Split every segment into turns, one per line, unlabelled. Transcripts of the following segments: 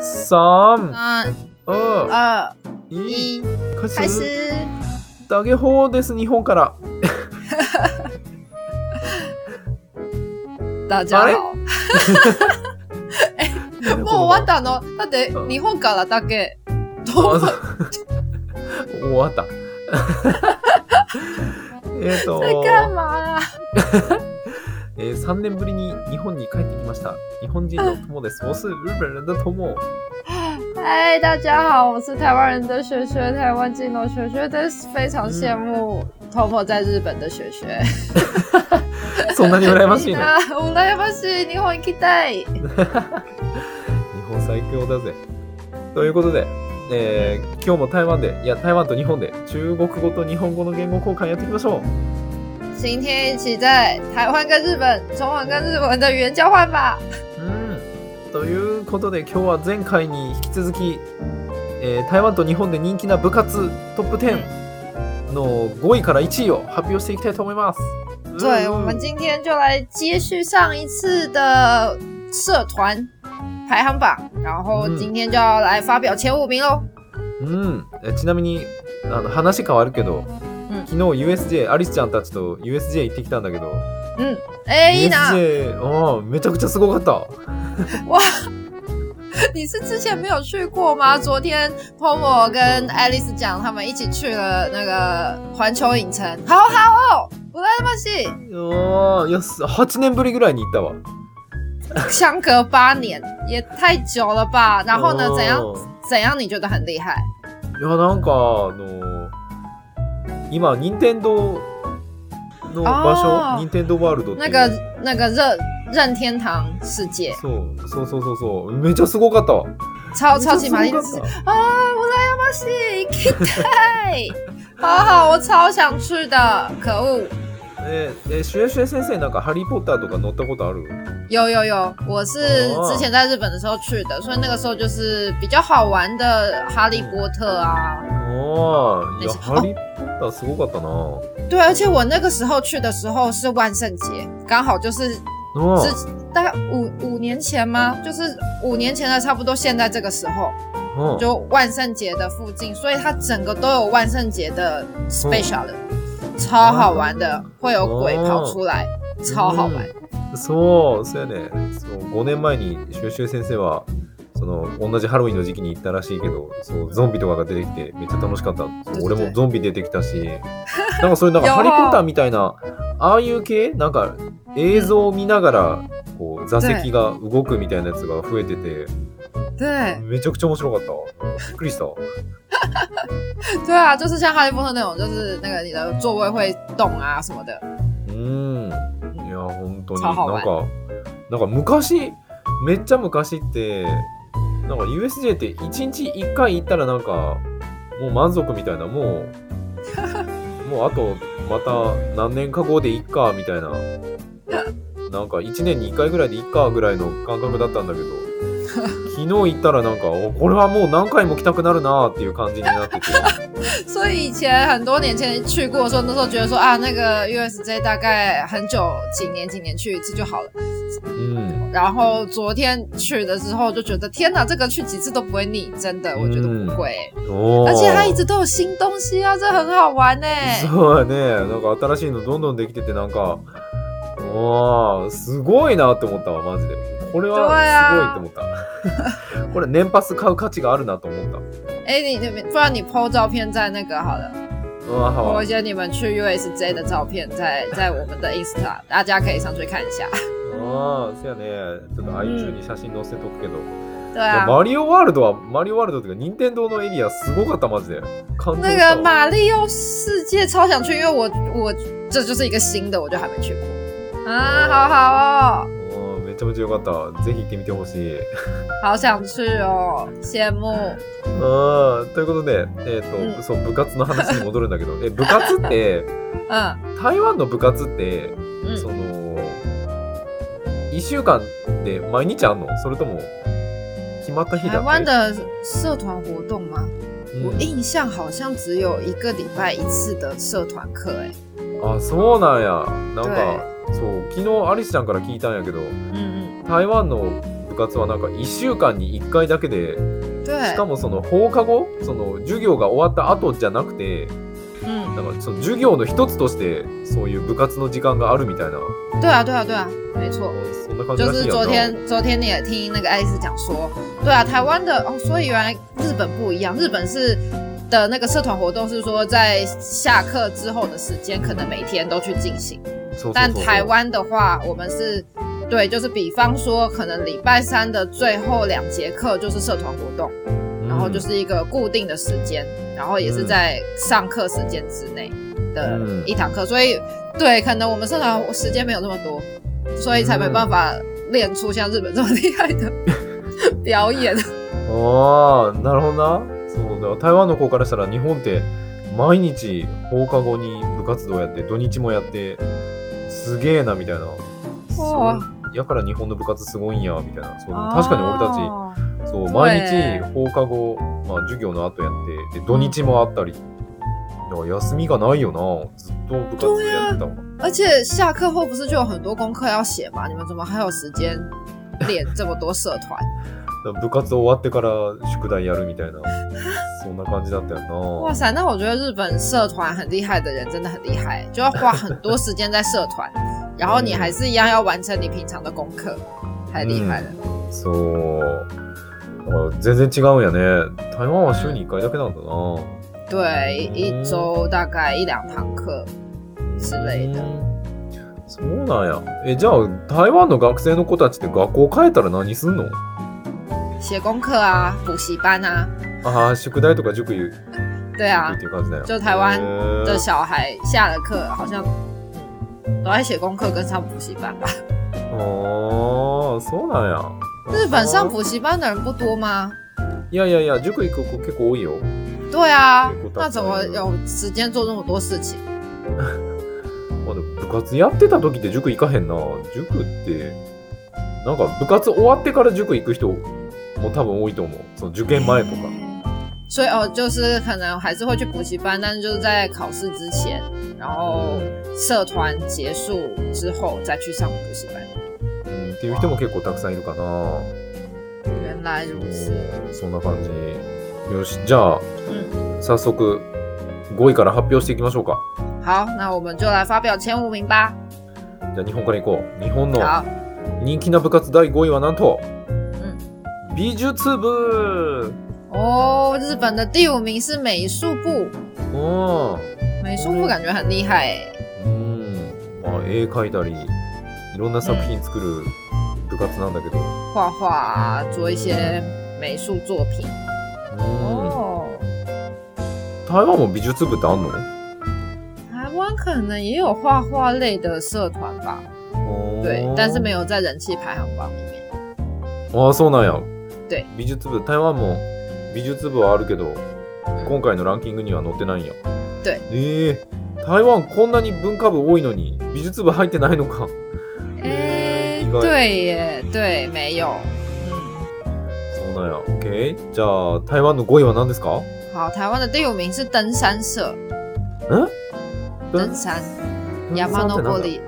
三、二、
三二
一、
嗯呃一，
開
開
始。
始。
ダゲホーです、日本から。
大家好。
哎
もう終わったの。だって
うん
日本からだけ。
あ
どう
そう終わった。 えっと、
干嘛？
えー、3年ぶりに日本に帰ってきました。日本人の友 です。我是日本人的友。
嗨，大家好，我是台湾人的学学，台湾金融学学，但是非常羡慕 Tomo 在日本的学学。
そんなに羨ましい
みん
ね。
な羨ましい。日本行きたい。
日本最強だぜ。ということで、えー今日も台湾で、いや、台湾と日本で中国語と日本語の言語交換やっていきましょう。
今天一起在台湾跟日本、中文跟日文的语言交换吧。
うん、ということで今日は前回に引き続き、えー台湾と日本で人気な部活トップ10の5位から1位を発表していきたいと思います。
对，
うん
我们今天就来接续上一次的社团排行榜，然后
嗯
今天就要来发表前五名喽。
うん、えちなみにあの話変わるけど、
うん
昨日 USJ アリスちゃんたちと USJ 行ってきたんだけど、
哎、一娜，
USJ あーめちゃくちゃすごかった。
你是之前没有去过吗？昨天 Tomo 跟 Alice 讲，他们一起去了那个环球影城，好好哦，我来不起，
あーいやす8年ぶりぐらいに行ったわ。
相隔八年也太久了吧？然后呢，
うん
怎样怎样？你觉得很厉害？
いやなんかあの今任天堂の場
あ
所
ー
任天堂ワールドってい
那
う
个那个任任天堂世界，
そうそうそうそうそうめっちゃすごかったわ
超超级玛
めっち
丽
ゃすご。か
世界
っ
啊，我来亚马逊，Kitty，好好，我超想去的，可恶！
たええシュエシュエ先生なんかハリー・ポッターとか乗ったことある
有有有，我是
哦
之前在日本的时候去的，所以那个时候就是比较好玩的哈利波特啊。
ああい
で
や
しょ
ハリー・ポッターすごかったな
对，而且我那个时候去的时候是万圣节，刚好就是
あ
之大概五五年前吗？就是五年前的差不多现在这个时候，
あ
就万圣节的附近，所以它整个都有万圣节的 special 的，超好玩的，会有鬼跑出来，超好玩。
うんそうそうやねそう5年前にシュエシュエ先生はその同じハロウィンの時期に行ったらしいけどそうゾンビとかが出てきてめっちゃ楽しかったそう俺もゾンビ出てきたしなんかそう いうなんか
や
ハ
ば
リー・ポッターみたいなああいう系なんか映像を見ながらこう座席が動くみたいなやつが増えてて
对
めちゃくちゃ面白かったびっくりした
对啊，就是像哈利波特那种，就是那个你的座位会动啊什么的。
うんいや本当に
超
なん
好玩
かなんか昔めっちゃ昔ってなんか USJ って1日1回行ったらなんかもう満足みたいなもうもうあとまた何年か後でいっかみたいななんか1年に1回ぐらいでいっかぐらいの感覚だったんだけど昨日行ったらなんかおこれはもう何回も来たくなるなーっていう感じになってて
所以以前很多年前去过的时候，那时候觉得说啊，那个 USJ 大概很久几年几年去一次就好了。
うん
然后昨天去的时候就觉得天哪，这个去几次都不会腻，真的，我觉得不会、欸
おー
而且
哦
它一直都有新东西啊，这很好玩欸呢、
そうやねなんか新しいのどんどんできててなんかわあすごいなって思ったわマジでこれ
どうや
はすごいって思った これ年パス買う価値があるなと思った
哎、你你不然你 PO 照片在那个好了，
うわ
啊
は
po 一些你们去 USJ 的照片在在我们的 Insta，大家可以上去看一下。
ああそやねちょっと i 中に写真載せとくけど、い
对
や
啊，
マリオワールドはマリオワールドっていうか任天堂のエリアすごかったマジで感動
那
し
个
たわ
马里奥世界超想去，因为我我这就是一个新的，我就还没去过啊，好好哦，
うんめちゃめちゃよかったぜひ行ってみてほしい
好想去哦，羡慕。
あーということで、えーと
うん
そう部活の話に戻るんだけどえ部活って
嗯
台湾の部活ってそ
嗯，
の1週間で毎日あんのそれとも決まった日
台
だ
湾
け
的社团活动吗？
うん
我印象好像只有一个礼拜一次的社团课、哎，
あそうなんやなんかそう昨日アリスちゃんから聞いたんやけど
嗯
台湾の部活はなんか1週間に1回だけでし
对
か，もその放課後その授業が終わった後じゃなくて
嗯，
なんかその授業の一つとしてそういう部活の時間があるみたいな
对啊，对啊，对啊，没错。
そんな感じ
就
らし
是
いや
昨
んな
天，昨天你也听那个爱丽丝讲说，对啊，台湾的哦，所以原来日本不一样，日本是的那个社团活动是说在下课之后的时间，可能每天都去进行，
そうそうそう
但台湾的话，我们是。对，就是比方说，可能礼拜三的最后两节课就是社团活动，然
嗯
后就是一个固定的时间，然后也是在上课时间之内的
嗯
一堂课，所以对，可能我们社团时间没有那么多，所以才没办法练出像日本这么厉害的表演。
ああ、なるほどな。そうだ。台湾の子からしたら日本って毎日放課後に部活動やって、土日もやって、すげえな、みたいな。そうやから日本の部活すごいんや、みたいな。そう確かに俺
哦
たち、そう、
そう
毎日
ね
放課後、まあ授業の後やって、で、土日もあったり。いや、休みがないよな。ずっと部活やってたわ。
而且下课后不是就有很多功课要写吗？你们怎么还有时间练这么多社团？
だから部活終わってから宿題やるみたいな。そんな感じだったよな。
哇塞，那我觉得日本社团很厉害的人真的很厉害，欸就要花很多时间在社团， 然后你还是一样要完成你平常的功课，太厉害了。
嗯そう。あ全然違うんやね。台湾は週に1回だけなんだな。
对，一
嗯
周大概一两堂课之类的。
うんそうなんや。え、じゃあ、台湾の学生の子たちって学校帰ったら何すんの嗯
写功课啊，补习班啊，
ああ、宿題とか塾行く
对啊
っ，ていう感じだよ。
就台湾
へ
这
ー
小孩下了课好像嗯都在写功课跟上补习班吧。
ああ、そうなんや。
日本
哦
上补习班的人不多吗？
いやいやいや、塾行く子結構多いよ。
对啊
也不，嗯大
那怎么有时间做那么多事情？
まあ、でも部活やってた時って塾行かへんな。塾って、なんか部活終わってから塾行く人も多分多いと思う。その受験前とか。
所以哦，就是可能还是会去补习班，但是就是在考试之前，然后社团结束之后再去上补习班。
うん、っていう人も結構たくさんいるかな。
原来如此，
そんな感じ。よし、じゃあ、早速5位から発表していきましょうか。
好，那我们就来发表前五名吧。
じゃあ日本から行こう。日本の
好，
人気な部活第5位はなんと、
う
美術部
哦，日本的第五名是美术部，
うん。
美术部感觉很厉害欸诶。
うん。まあ、絵描いたり、いろんな作品作る部活なんだけど。
画画做一些美术作品。
うん。
哦，
台湾も美術部ってあんの
台湾可能也有画画类的社团吧，对，
哦
但是没有在人气排行榜里面。
ああそうなんや
对
美術部台湾も美術部はあるけど今回のランキングには載ってないんや
对
ええ台湾こんなに文化部多いのに美術部入ってないのか
哎、
意外
对耶，对，没有。嗯，
そうなんや OK じゃあ台湾の5位は何ですか
好，台湾的第五名是登山社，
登山ってなんだ
嗯登山 Yamanobori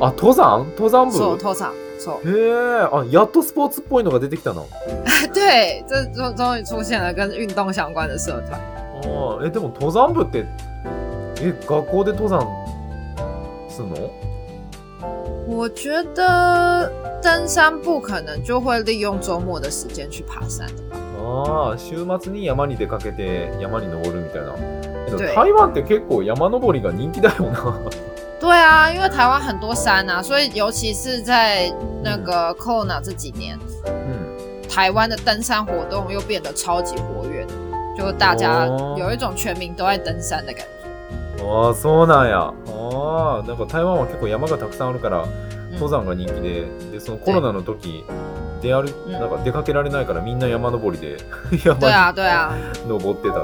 あ登山登山
手
部
头上手，
へえあやっとスポーツっぽいのが出てきたな
对，这终终于出现了跟运动相关的社团。
あーえでも登山部ってえ学校で登山すんの
我觉得登山部可能就会利用周末的时间去爬山。
ああ、週末に山に出かけて山に登るみたいな。えっと
对
台湾って結構山登りが人気だよな。
对啊，因为台湾很多山啊，所以尤其是在那个 Corona 这几年，
うん。
台湾的登山活动又变得超级活跃的，就大家
哦
有一种全民都在登山的感觉。
ああ、そうなんや。ああ、なんか台湾は結構山がたくさんあるから
嗯
登山が人気で、でそのコロナの時出歩
うん
なんか出かけられないからみんな山登り で山
对啊，对啊，
に登 ってた。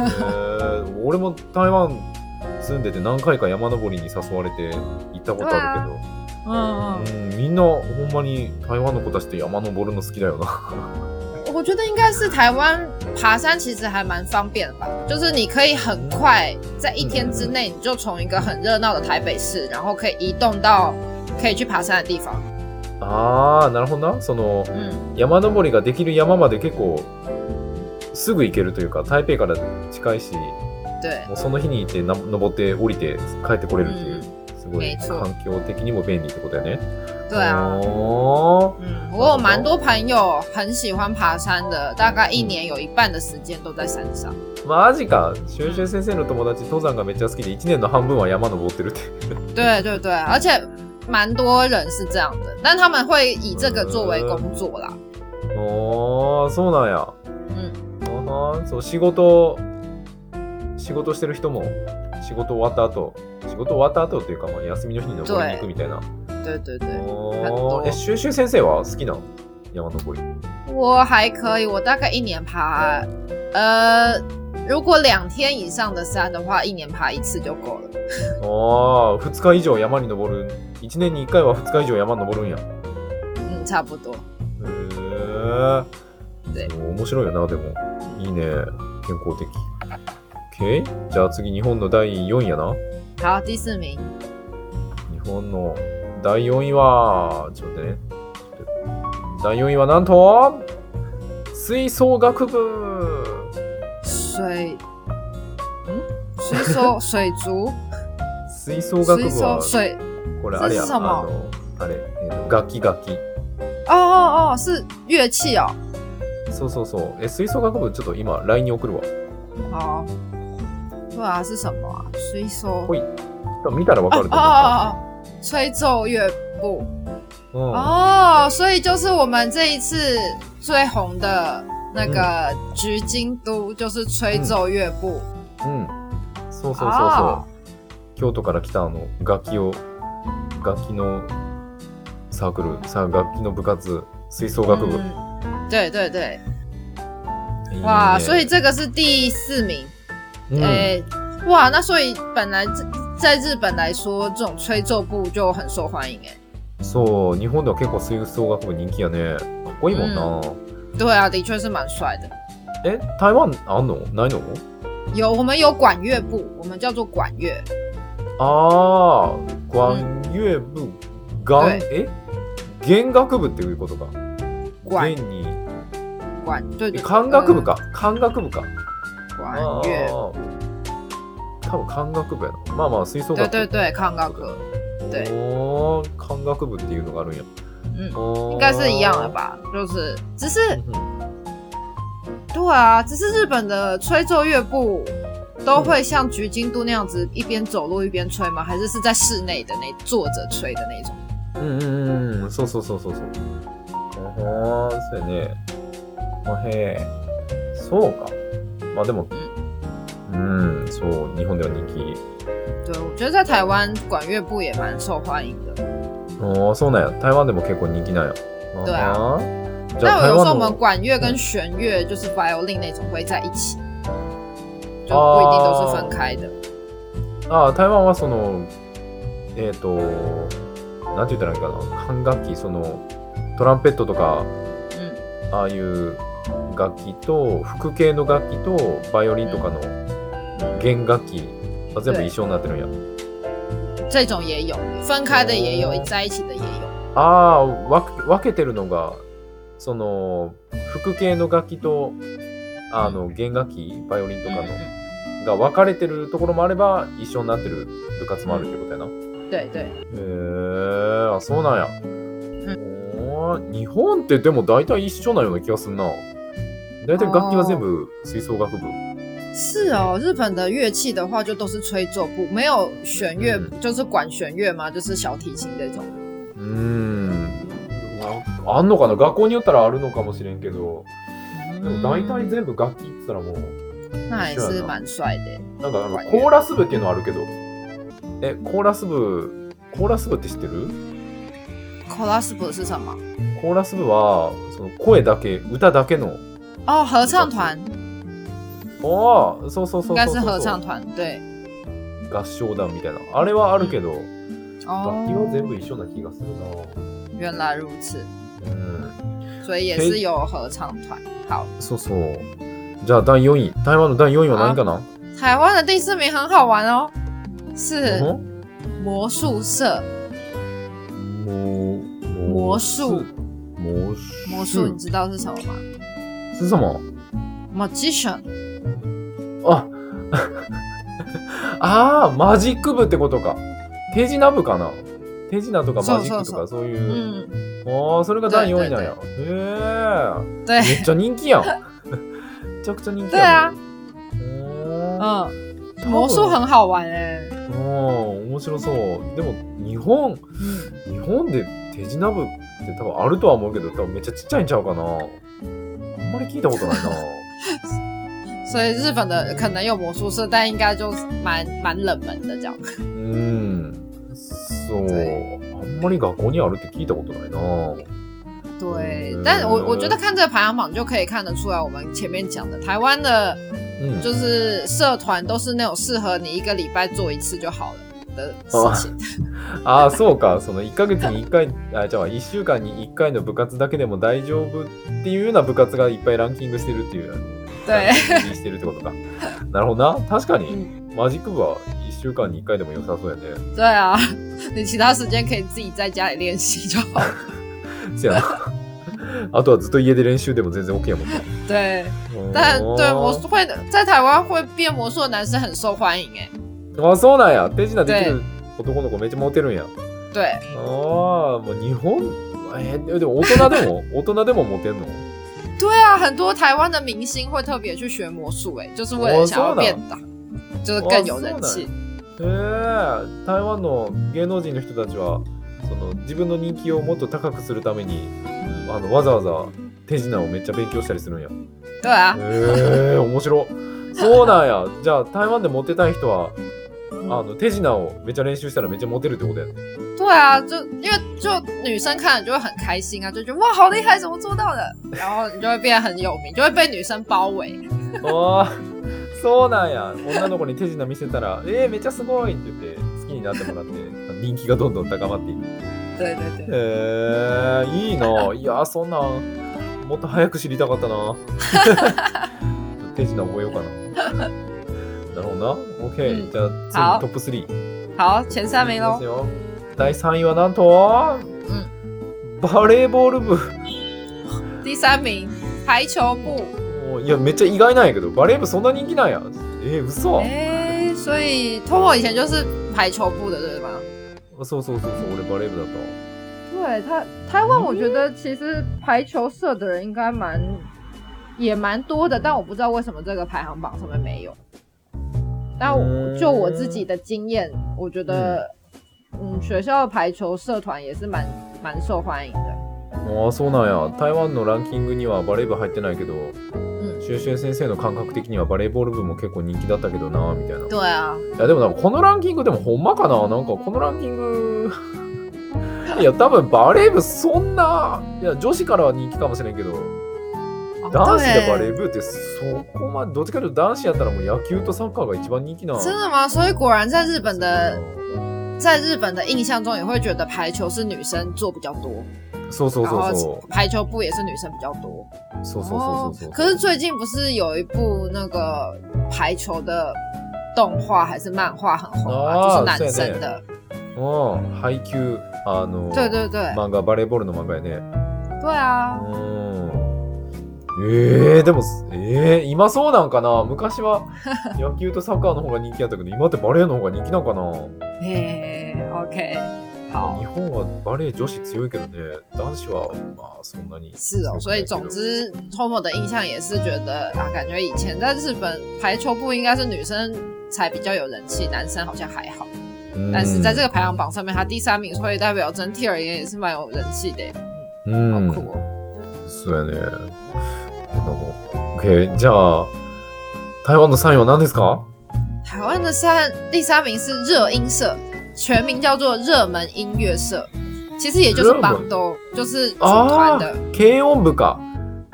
えー俺も台湾住んでて何回か山登りに誘われて行ったことある
嗯
けど、うん、みんなほんまに台湾の子たちって山登るの好きだよな。
嗯，我觉得应该是台湾爬山其实还蛮方便的吧，就是你可以很快在一天之内，你就从一个很热闹的台北市，然后可以移动到可以去爬山的地方。
ああ、なるほどな。その
嗯，
山登りができる山まで結構すぐ行けるというか、台北から近いし、
对，
もうその日に行ってな登って降りて帰ってこれるっていう
嗯，，
すごい
没错
環境的にも便利ってことだよね。
对啊。
哦
嗯，我有蛮多朋友很喜欢爬山的，大概一年有一半的时间都在山上。
マジか。シュンシュン先生の友達、登山がめっちゃ好きで、1年の半分は山登ってるって。
对对对，而且蛮多人是这样的，但他们会以这个作为工作啦。
おー、そうなんや。
嗯，
あはんそう、仕事、仕事してる人も、仕事終わった後、仕事終わった後っていうか、まあ、休みの日に登りに行くみたいな。
对对对，
おーえ、シュンシュン先生は好きなの山登り。
我还可以，我大概一年爬，呃，如果两天以上的山的话，一年爬一次就够了。
あー、2日以上山に登る。1年に1回は2日以上山登るんや。へ
嗯，差不多。
ー。
对
そう面白いよな、でも。いいね。健康的。OK? じゃあ次、日本の第4位やな。
好，第四名，
日本の第4位は、ちょっと待ってね。第4位はなんと、吹奏楽部
水，嗯，水手水族，
吹奏楽
水
部
手
は、
水，
これあれや、
吹
あ
奏も
の、あれ、えーと楽器楽器。
哦哦哦，是乐器哦。
そうそうそう。え、吹奏楽部ちょっと今、LINE に送るわ。
好，哦对啊，是什么啊？水手。
会多分見たらわか
哦
ると思
哦
うから。
哦哦，吹奏乐部
うん
哦，所以就是我们这一次最红的那个《菊京都》，就是吹奏乐部。
うん。そうそうそうそ
あ
う。京都から来たあの楽器を楽器のサークル、さ楽器の部活、吹奏楽部。い
嗯，对对对，
いね
哇，所以这个是第四名，
うん
哎、哇，那所以本来这在日本来说，这种吹奏部就很受欢迎，哎，
そう、日本では結構吹奏楽部人気やね。かっこいいもんな。
对啊，的确是蛮帅的。
え、台湾あんのないの
有我们有管乐部，我们叫做管乐，
あー、管乐部、がん、え弦楽部っていうことか。
管
弦に。
管对
え
对，
管楽部か。管楽部か。
管
あー。
乐。
多分管楽部やな。まあまあ、吹奏
对
楽
对
部。
对，康高哥，对
おー、管楽部っていうのがあるんや。
嗯，
おー
应该是一样的？吧？就是，只是
うん
对啊，只是日本的吹奏乐部都会像菊京都那样子一边走路一边吹吗？还是是在室内的那坐着吹的那种？
うんうんうんうん、そうそうそうそうそう。ああ、そうやね。あへえ。そうか。まあでも、うん、そう、日本では人気。
对，我觉得在台湾管乐部也蛮受欢迎
嗯
的。
ああ、そうなんや。台湾でも結構人気なんや。
对啊
あはじゃあ
但
台
有时候我
湾
们
の。
管乐跟弦乐就是 violin 那种会在一起，就
哦
不一定都是分开的。
ああ、台湾はその、えっ、と、なんて言ったらいいかな。管楽器、その、トランペットとか、
嗯，
ああいう楽器と、副系の楽器と、バイオリンとかの弦楽器が全部一緒になってるんや。
这种也有，分开的也有
哦，
在一起的也有。
ああ分分けてるのがその副系の楽器とあの弦楽器バイオリンとか
嗯
のが分かれてるところもあれば一緒になってる部活もあるってことやな。へ
嗯对对。
えあそうなんや。おー日本ってでも大体一緒なような気がするな。大体楽器は全部吹奏楽部。
是哦，日本的乐器的话，就都是吹奏部，没有弦乐，
嗯
就是管弦乐嘛，就是小提琴这种。
うーん。あんのかな学校によったらあるのかもしれんけど、
嗯
でも大体全部楽器って言ったらもう。
那也是蛮帅的。
なんかあのコーラス部っていうのあるけど。え、コーラス部、コーラス部って知ってる
c o l a s p 是什么？
コーラス部は、その声だけ、歌だけの。
哦，合唱团，
ああ、そうそうそうそ
应
う
该
そう
是合唱团，对。
合唱団みたいな。あれはあるけど、楽器は全
哦，
部一緒な気がする
原来如此，
な。うん。
所以也是有合唱团。好，
そうそう。じゃあ第4位。台湾の第4位は何かな
台湾的第四名很好玩哦，是
うん
魔术社。
もう、もう
魔术，
魔术，
魔术你知道是什么吗
是什么？
嗯？Magician，
啊あーマジック部ってことか。手品部かな手品とかマジックとかそういう。
嗯，
ああ、それが第4位なんや。へ
对
え。めっちゃ人気やん。めちゃくちゃ人気
对
や
啊
ん。、う
嗯，魔术很好玩哎、
ん。うん、面白そう。でも、日本、
嗯，
日本で手品部って多分あるとは思うけど、多分めっちゃちっちゃいんちゃうかな。あんまり聞いたことないな。
所以日本的可能有魔术社，但应该就是蛮蛮冷门的这样。
うん。そう。
对
あんまり学校にあるって聞いたことないな。
对
嗯，
但我我觉得看这个排行榜就可以看得出来，我们前面讲的台湾的，
うん。
就是社团都是那种适合你一个礼拜做一次就好了的事情。
ああ、そうか。その1ヶ月に1回、あ、じゃあ1週間に1回の部活だけでも大丈夫っていうような部活がいっぱいランキングしてるっていう。
对
ランキングしてるってことか。なるほどな。確かに、
う
マジック部は1週間に1回でも良さそうやね。
对啊，你其他时间可以自己在家里练习就好。
せやな。あとはずっと家で練習でも全然 OK やもんね。
对，但
うん
对魔术会在台湾会变魔术的男生很受欢迎哎。
あ、そうなんや。手品できる男の子めっちゃモテるんや。
对，
ああ、もう日本、えーでも大人でも、大人でもモテんの
对啊，很多台湾的明星会特别去学魔术，哎，就是为了想要变大，就是更有人气。
えー、台湾の芸能人の人たちはその自分の人気をもっと高くするためにあのわざわざ手品をめっちゃ勉強したりするんや。
对啊，
えー、面白そうなんや。じゃあ台湾でモテたい人はあ
哦
の手品をめっちゃ練習したらめっちゃモテるってことやね。
对啊，就因为就女生看了就会很开心啊，就觉得哇好厉害，怎么做到的？然后你就会变得很有名，就会被女生包围。
ああそうなんや。女の子に手品見せたら「えー、めっちゃすごい!」って言って好きになってもらって人気がどんどん高まっていく。
对对对，
へえいいな。いや、そんなん、もっと早く知りたかったな。手品覚えようかな。なるほどな。
う
OK。
ん
じゃあ、
好
次トップ3。
好，前三名
いきま
喽
す。よ第3位はなんと、バレーボール部。
第三名排球部，
もういや、めっちゃ意外なんやけど、バレー部そんな人気なんや。えー、嘘、
哎、所以 Tomo 以前就是排球部的，对吗？
そうそうそうそう、俺バレー部だった。
对他，台湾我觉得其实排球社的人应该蛮也蛮多的，但我不知道为什么这个排行榜上面没有。但我就我自己的经验，我觉得，嗯，学校的排球社团也是蛮蛮受欢迎的。
ああ、そうなんや。台湾のランキングにはバレー部入ってないけど、シュウシュウ先生の感覚的にはバレーボール部も結構人気だったけどな、みたいな。
对啊，
いやでもなんかこのランキングでもほんまかななんかこのランキング いや多分バレー部そんないや女子からは人気かもしれんけど男子でバレー部ってそこまでどっちかというと男子やったらもう野球とサッカーが一番人気な
真的吗？所以果然在日本的，在日本的印象中，也会觉得排球是女生做比较多，
そうそうそう
然后
そ
排球部也是女生比较多。
うそうそう
哦
そうそう
可是最近不是有一部那个排球的动画还是漫画很红吗？
哦
就是男生的，
うん配球あの
对对对，
漫画バレーボールの漫画やね
对啊
う，んえー、でもえー、今そうなんかな昔は野球とサッカーの方が人気やったけど今ってバレーの方が人気なんかな
嘿，OK，好
日，本はバレー女子強いけどね、男子はまあそんなに。
是哦。所以总之，Tomo 的印象也是觉得啊，感觉以前在日本排球部应该是女生才比较有人气，男生好像还好。
うん
但是在这个排行榜上面，他第三名，所以代表整体而言也是蛮有人气的耶，
う
好
ん、
酷哦。
そうやね。なんかもう OK、じゃあ、台湾の3位は何ですか
台湾的三第三名是热音社，全名叫做热门音乐社，其实也就是
热门哦
b 斗，就是组团的，
軽音部か。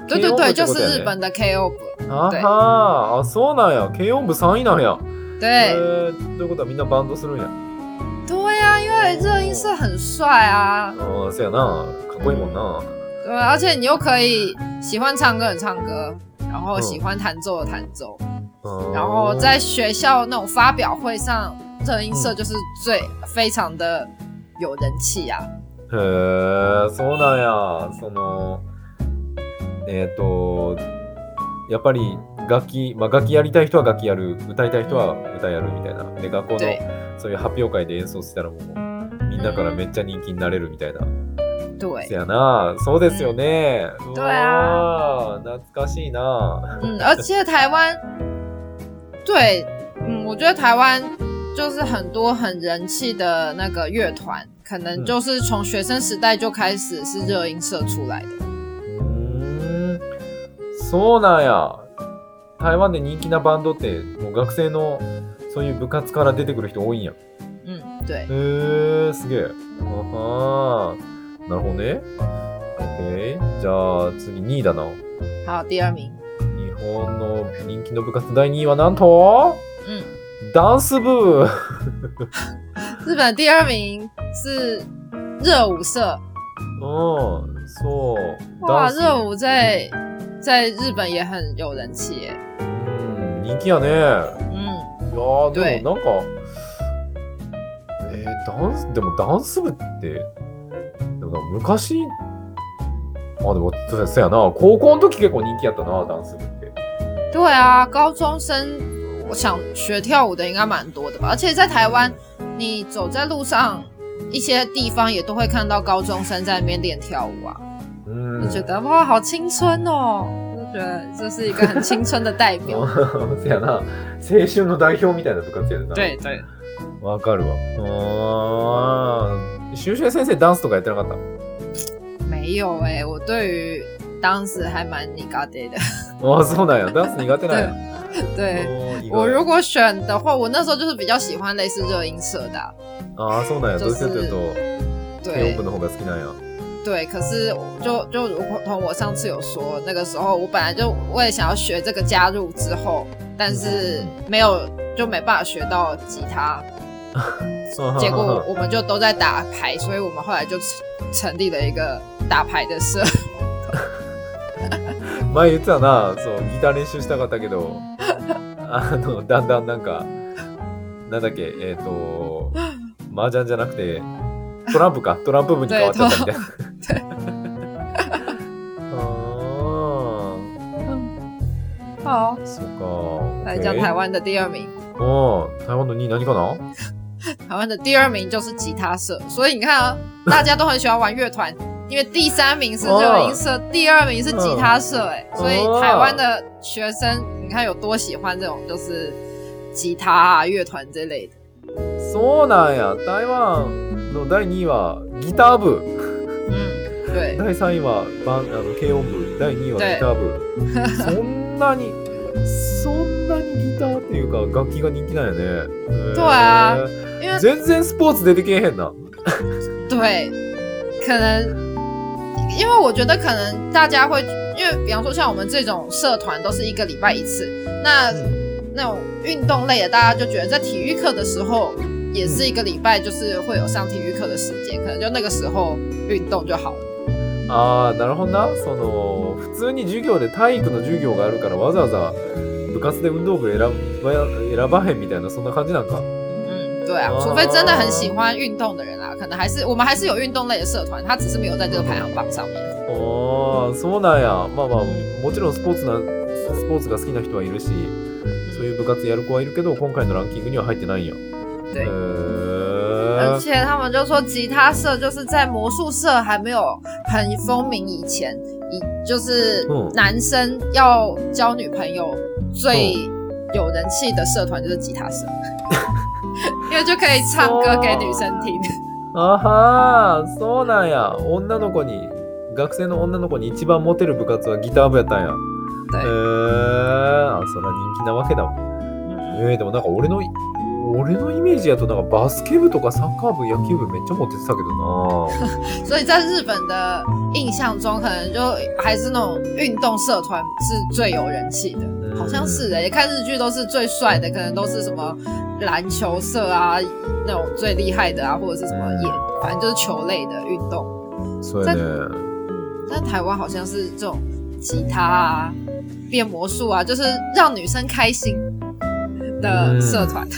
对
軽音
对
部
对，
って
就
こと
是
やね
日本的 K-pop，
あはーあ、そうなんや。軽音部3位なんや。
对、
えー、ということはみんなバンドするんや。
对啊，因为热音社很帅啊，
ああ、そうやな。かっこいいもんな。
对啊，而且你又可以喜欢唱歌的唱歌，然后喜欢弹奏的弹奏，
嗯あー
然后在学校那种发
嗯
表会上，热音社就是最非常的有人气啊，
へえ、そうなんや。その、えっ、と、やっぱり楽器、まあ、楽器やりたい人は楽器やる、歌いたい人は歌やるみたいな。で、学校の
对
そういう発表会で演奏したらもう、みんなからめっちゃ人気になれるみたいな。
对
せ，やな、そうですよね。う
对啊
わー懐かしいな。
嗯，而且台湾，对，嗯，我觉得台湾就是很多很人气的那个乐团，可能
嗯
就是从学生时代就开始是热音社出来的。
うーん、そうなんや。台湾で人気なバンドって、もう学生のそういう部活から出てくる人多いんや。
嗯，对
へ。ー、すげえ。あはー。なるほどね。OK。じゃあ次2位だな。
好，第二名，
日本の人気の部活第2位はなんと
嗯，
ダンス部
日本第二名是热舞社。
うん、そう。ダ
哇，
ンス
热舞在在日本也很有人气耶。
うん、人気やね。いや
嗯，
ー、で
对
もなんか、えー、ダンス、でもダンス部って、でもなんか昔、あ、でも、そうそうやな。高校の時結構人気やったな、ダンス部って。
对啊，高中生我想学跳舞的应该蛮多的吧，而且在台湾，你走在路上。一些地方也都会看到高中生在那边练跳舞啊，
うん。
就觉得哇，好青春哦，就觉得这是一个很青春的代表。
そうやな青春の代表みたいな部活やでな
对啊对，
わかるわあー修正先生ダンスとかやってなかった
没有哎、我对于当时还蛮尼嘎爹的。
ああそうなんやダンス苦手なんや
对，
おー意外
我如果选的话，我那时候就是比较喜欢类似热音社的啊、
ああそうなんやどっ
女子
ちかというとテ
对
オン部の方が好きなんや
对。可是我就就如同我上次有说，那个时候我本来就为了想要学这个加入之后，但是没有就没办法学到吉他，
嗯
结果我们就都在打牌，所以我们后来就成成立了一个打牌的社。
前言ってたなそうギター練習したかったけどあのだんだんなんかなんだっけえっ、ー、と麻雀じゃなくてトランプかトランプ部に変わっちゃったみたいな。 あ
好，
ーそうか。
来讲
OK
台。湾的第二名。
うん台湾の2位何かな
台湾的第二名就是吉他社，所以你看啊，大家都很喜欢玩乐团，因为第三名是热音社，第二名是吉他社、哎、所以台湾的学生，你看有多喜欢这种就是吉他啊、乐团这类的。
そうなんや。台湾の第2位はギター部。
嗯，对
第3位はバンあの軽音部。第2位はギター部。そんなに、そんなにギターっていうか楽器が人気なんやね。へー
そうや因为
全然スポーツ出てけえへんな。
对，可能因为我觉得可能大家会，因为比方说像我们这种社团都是一个礼拜一次，那那种运动类的，大家就觉得在体育课的时候也是一个礼拜，就是会有上体育课的时间，可能就那个时候运动就好了。
ああなるほどなその普通に授業で体育の授業があるからわざわざ部活で運動部選ば選ばへんみたいなそんな感じなんか
嗯，对啊
哦，
除非真的很喜欢运动的人啊，可能还是我们还是有运动类的社团，他只是没有在这个排行榜上面。
ああそうなんやまあまあもちろんスポーツなスポーツが好きな人はいるし
嗯
そういう部活やる子はいるけど今回のランキングには入ってないんやへ
对
え
而且他们就说吉他社就是在魔术社还没有很风靡以前，以就是
嗯
男生要交女朋友最有人气的社团就是吉他社， 因为就可以唱歌给女生听。
あはーそうなんや女の子に学生の女の子に一番モテる部活はギター部やったんや
对
へえあそら人気なわけだもん
嗯
えー、でもなんか俺のい俺のイメージやとなんかバスケ部とかサッカー部野球部めっちゃ持ってたけど な
所以在日本的印象中，可能就还是那种运动社团是最有人气的，
嗯
好像是哎、欸，看日剧都是最帅的，可能都是什么篮球社啊，那种最厉害的啊，或者是什么
嗯
也，反正就是球类的运动。
そうやね嗯
但台湾好像是这种吉他啊、变魔术啊，就是让女生
嗯
开心的社团。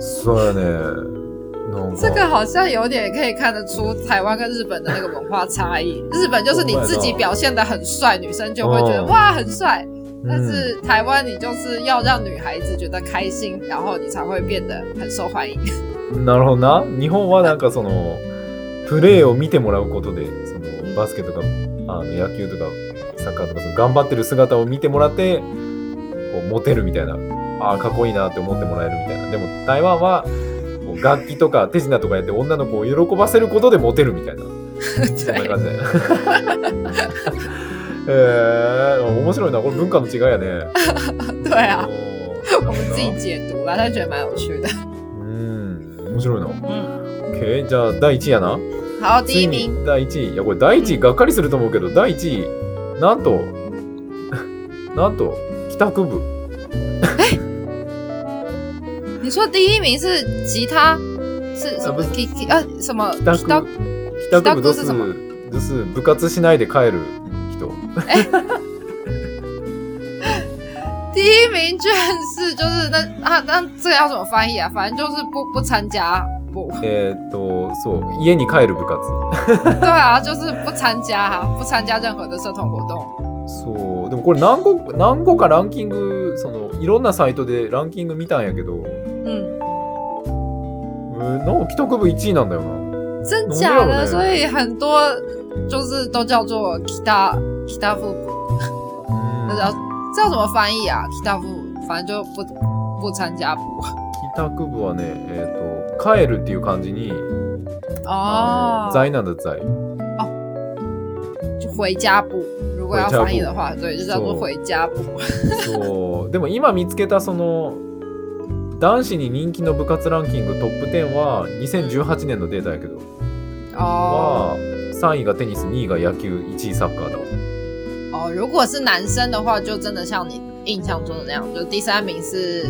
そうやねなん
这个
か
好像有点可以看得出台湾跟日本的那个文化差异。日本就是你自己表现得很帅，女生就会觉得、
哦
哇很帅，但
嗯
是台湾你就是要让女孩子觉得开心，然后你才会变得很受欢迎。
なるほどな。日本はなんかその、プレーを見てもらうことで、そのバスケとか、あの野球とか、サッカーとか、その頑張ってる姿を見てもらって、こう、モテるみたいな。ああ、かっこいいなって思ってもらえるみたいな。でも、台湾は、こう楽器とか手品とかやって女の子を喜ばせることでモテるみたいな。そんな
对
感じだよ。 えー、面白いな。これ文化の違いやね。
对啊，
おー
我们自己解读啦，但觉得蛮有趣的。
うん、面白いな。
嗯，
OK、じゃあ第1位やな。
好，第
つ
一
い
名
に第1位。いや、これ第1位がっかりすると思うけど、第1位、なんと、 なんと、帰宅部。
你说第一名是吉他，是什
啊不
么
是
K K 啊？什么
帰宅部。帰宅部どうす
帰宅部是什么
るどうする部活しないで帰る人。
第一名居然是就是那啊那这个要怎么翻译啊？反正就是不不参加不
えーっと、そう、家に帰る部活。
对啊，就是不参加啊，不参加任何的社团活动。
そう、でもこれ何個、何個かランキング、その、いろんなサイトでランキング見たんやけど、う
嗯，
んなんか帰宅部1位なんだよな。
真假
没有
的，
嘞
所以很多就是都叫做 kita kita 夫，
うん
那叫这要怎么翻译啊？kita 夫，反正就不不参加不
帰宅部はね、えーっと、帰るっていう感じに、
哦，
在なんだ在。
就回家不。如果要翻译的话，对，就叫做
そう
回家不。
そうでも今見つけたその男子に人気の部活ランキングトップ10は2018年のデータやけど、
哦
は3位がテニス2位が野球1位サッカーだわ
哦，如果是男生的话，就真的像你印象中的那样，就第三名是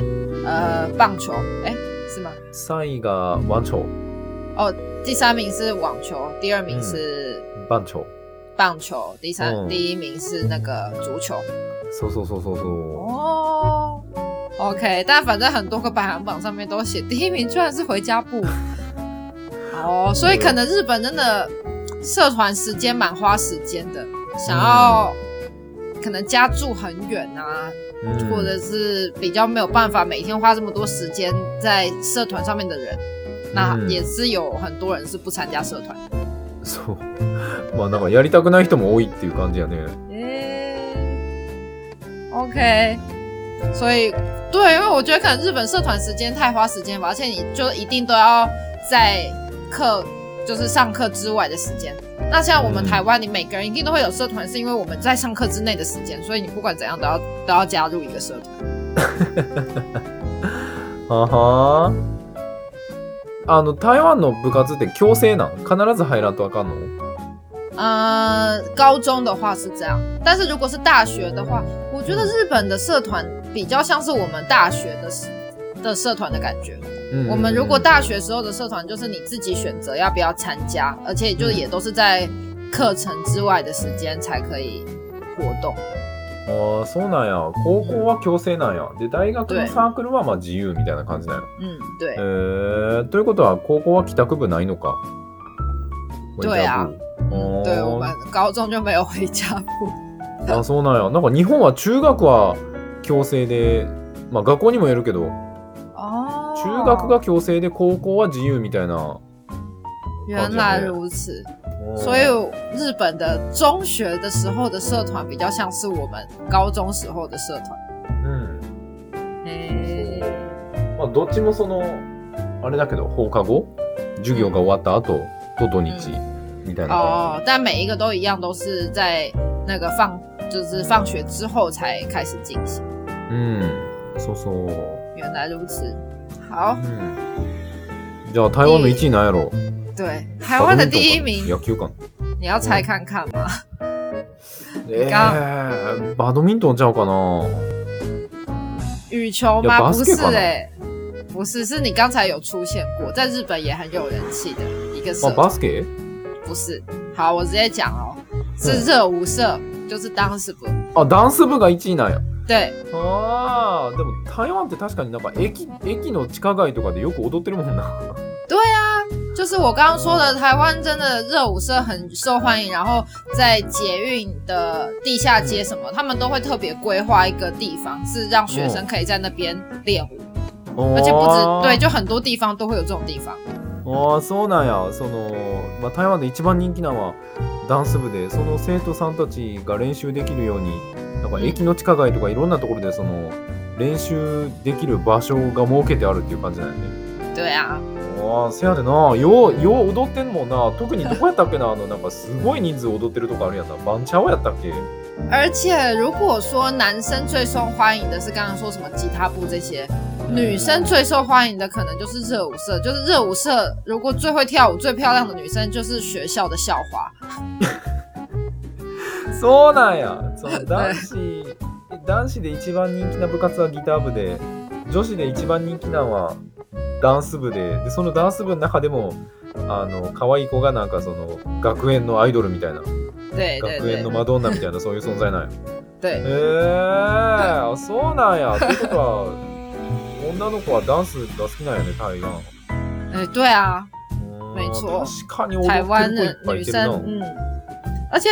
呃棒球，哎，是吗？
3位がワンチョウ
第三名是网球，第二名是
バンチョウ
棒球，第三、
嗯
第一名是那个足球。
そうそうそうそうそ
哦，OK，但反正很多个排行榜上面都写第一名居然是回家步。哦，所以可能日本真的社团时间蛮花时间的，想要可能家住很远啊，
う、うん
或者是比较没有办法每天花这么多时间在社团上面的人，那
嗯
也是有很多人是不参加社团。
そう まあなんかやりたくない人も多いっていう感じやね
诶嗯 OK，所以对，因为我觉得可能日本社团时间太花时间吧，而且你就一定都要在课就是上课之外的时间。那像我们
嗯
台湾，你每个人一定都会有社团，是因为我们在上课之内的时间，所以你不管怎样都要都要加入一个社团。
ははあの台湾の部活って強制なん必ず入らんとあかんの
呃，高中的话是这样，但是如果是大学的话，我觉得日本的社团比较像是我们大学的时的社团的感觉。
うん
我们如果大学时候的社团，就是你自己选择要不要参加，而且就是也都是在课程之外的时间才可以活动。
ああそうなんや高校は強制なんやで大学のサークルはまあ自由みたいな感じなんや
嗯，对
へえということは高校は帰宅部ないのか
どうや
お
对，我们高中就没有回家部。
あそうなんやなんか日本は中学は強制でまあ学校にもよるけど
哦
中学が強制で高校は自由みたいな
原来如此，
おー
所以日本的中学的时候的社团比较像是我们高中时候的社团。
うん
诶、
まあどっちもそのあれだけど放課後授業が終わった後と土日みたいな感
哦，但每一个都一样，都是在那个放就是放学之后才开始进行。
じうんそうそう
原来如此，好，
じゃあ台湾の1位なんやろ
对，台湾的第一名
野，球かな
你要猜看看
嗯
吗？
えー、バドミントンちゃうかな
羽球
有
吗？不
basket
是
吧
哎、不是，是你刚才有出现过，在日本也很有人气的一个社
あ
团，
バスケ
不是。好，我直接讲哦，
嗯
是热舞社，就是当时不
あダンス部が1位なんや
对，
あーでも台湾って確かになんか駅駅の地下街とかでよく踊ってるもんな
对啊，就是我刚刚说的，台湾真的热舞社很受欢迎，然后在捷运的地下街什么，他们都会特别规划一个地方，是让学
哦
生可以在那边练舞，
おー
而且不
哦
止对，就很多地方都会有这种地方。
ああそうなんやその、まあ、台湾で一番人気なのはダンス部でその生徒さんたちが練習できるようになんか駅の地下街とかいろんなところでその練習できる場所が設けてあるっていう感じなんやね
对啊，
ああせやでなようよう踊ってんもんな特にどこやったっけなあのなんかすごい人数踊ってるとこあるやんなバンチャオやったっけ
而且如果说男生最受欢迎的是刚刚说什么吉他部这些，
嗯
女生最受欢迎的可能就是热舞社，就是热舞社如果最会跳舞、最漂亮的女生就是学校的校花。
そうなんやその男子男子で一番人気な部活はギター部で女子で一番人気なのはダンス部ででそのダンス部の中でもあの可愛い子がなんかその学園のアイドルみたいな
对对
学園
对
のマドンナみたいなそういう存在なんや
对
へえそうなんやってことは女の子はダンスが好きなんやね台湾
哎，对啊，
うん
没错
確かに踊って
台
る子
湾
い
的
っぱい
女
いてるな
生，嗯，而且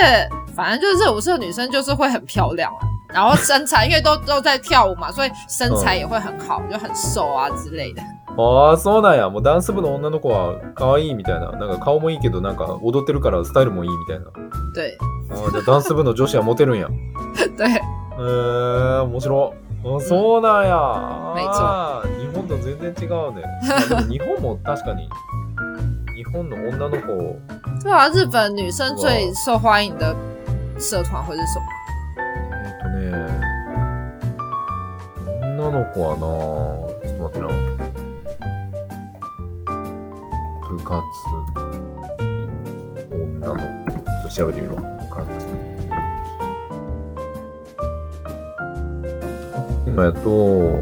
反正就是热舞社女生就是会很漂亮啊，然后身材因为都都在跳舞嘛，所以身材也会很好，就很瘦啊之类的。
ああそうなんやもうダンス部の女の子は可愛いみたいななんか顔もいいけどなんか踊ってるからスタイルもいいみたいな
对
あーじゃあダンス部の女子はモテるんやへ
对，
えー、面白いあそうなんや、
めいちょ
あー日本と全然違うねまあでも日本も確かに日本の女の子
对啊，日本女生最受欢迎的社团会是什么？
えっ、とね女の子はなちょっと待ってな部活女の子ちょっと調べてみろ部活今やと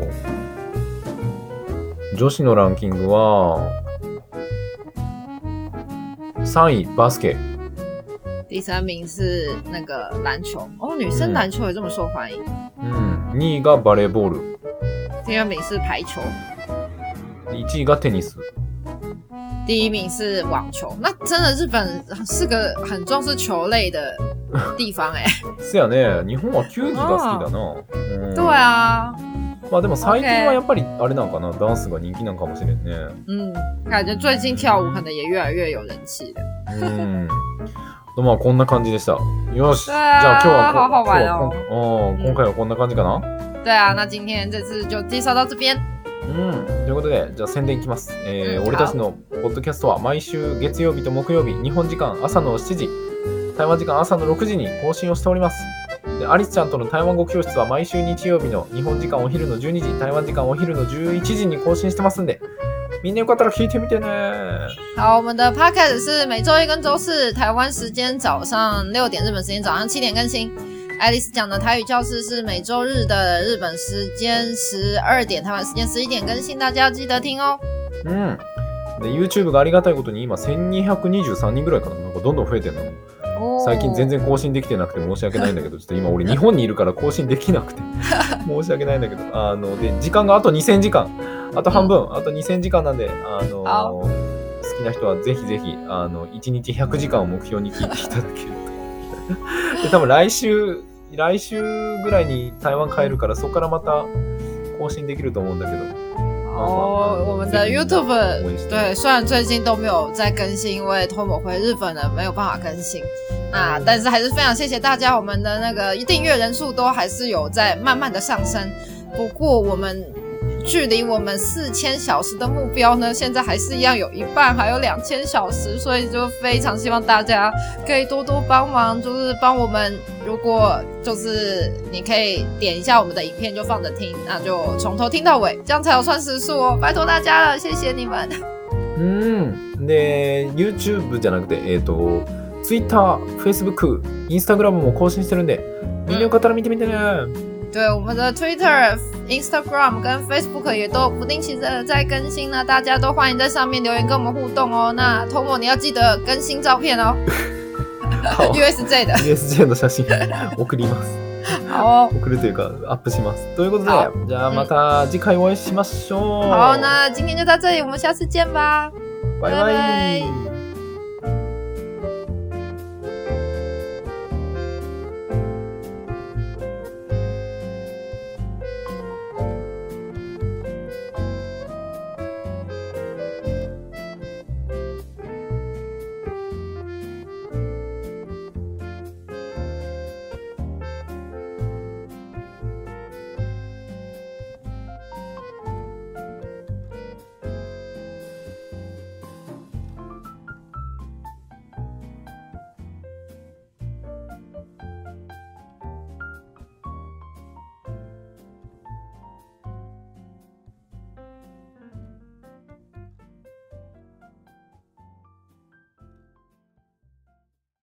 女子のランキングは3位バスケ
第三名是那个篮球哦，女生
嗯
篮球也这么受欢迎。
うん2位がバレーボール
第二名是排球，
1位がテニス
第一名是网球。那真的日本是个很重视球类的地方哎、
せやね、日本は球技が好きだな。うん
对啊，
まあでも最近はやっぱりあれなんかな、ダンスが人気なんかもしれんね。
嗯，感觉最近跳舞可能也越来越有人气了。
うん。まあこんな感じでした。よし、じ
うわー
ゃあ今日はこ
好好玩哦
今日はこんうん今回はこんな感じかな。
对啊，那今天这次就介绍到这边。
うん。ということで、じゃあ宣伝いきます。えー
うん
俺たちのポッドキャストは毎週月曜日と木曜日、日本時間朝の7時、台湾時間朝の6時に更新をしております。でアリスちゃんとの台湾語教室は毎週日曜日の日本時間お昼の12時、台湾時間お昼の11時に更新してますんで、みんなよかったら聞いてみてね。
好，我们的 podcast 是每周一跟周四台湾时间早上六点，日本时间早上七点更新。爱丽丝讲的台语教室是每周日的日本时间十二点，台湾时间十一点更新，大家要记得听哦。
うん。で、YouTube がありがたいことに今1223人ぐらいかな。なんかどんどん増えてるの。
哦
最近全然更新できてなくて申し訳ないんだけど、ちょっと今俺日本にいるから更新できなくて申し訳ないんだけど、あの、で、時間があと2000時間、あと半分、あと2000時間なんで、あの、
あ
好きな人はぜひぜひ、あの、1日100時間を目標に聞いていただけると。 で、多分来週、来週ぐらいに台湾帰るから、そこからまた更新できると思うんだけど。
哦，我们的
ぜひ
YouTube 对，虽然最近都没有在更新，因为托姆回日本了，没有办法更新。那嗯但是还是非常谢谢大家，我们的那个订阅人数都还是有在慢慢的上升。不过我们距离我们四千小时的目标呢，现在还是一样有一半，还有两千小时，所以就非常希望大家可以多多帮忙，就是帮我们。如果就是你可以点一下我们的影片就放着听，那就从头听到尾，这样才有算时数哦，拜托大家了，谢谢你们。
うん。で、YouTube じゃなくて、えっ、と、Twitter、Facebook、Instagram も更新してるんで、みんなよかったら見て みてね。
对，我们的 Twitter、Instagram 跟 Facebook 也都不定期的在更新呢，大家都欢迎在上面留言跟我们互动哦。那 Tomo 你要记得更新照片 哦
好
，USJ 的。
USJ の写真送ります。
好哦，
送るというか、アップします。ということで
好、
じゃあまた次回お会いしましょう。
好，那今天就到这里，我们下次见吧，
拜
拜拜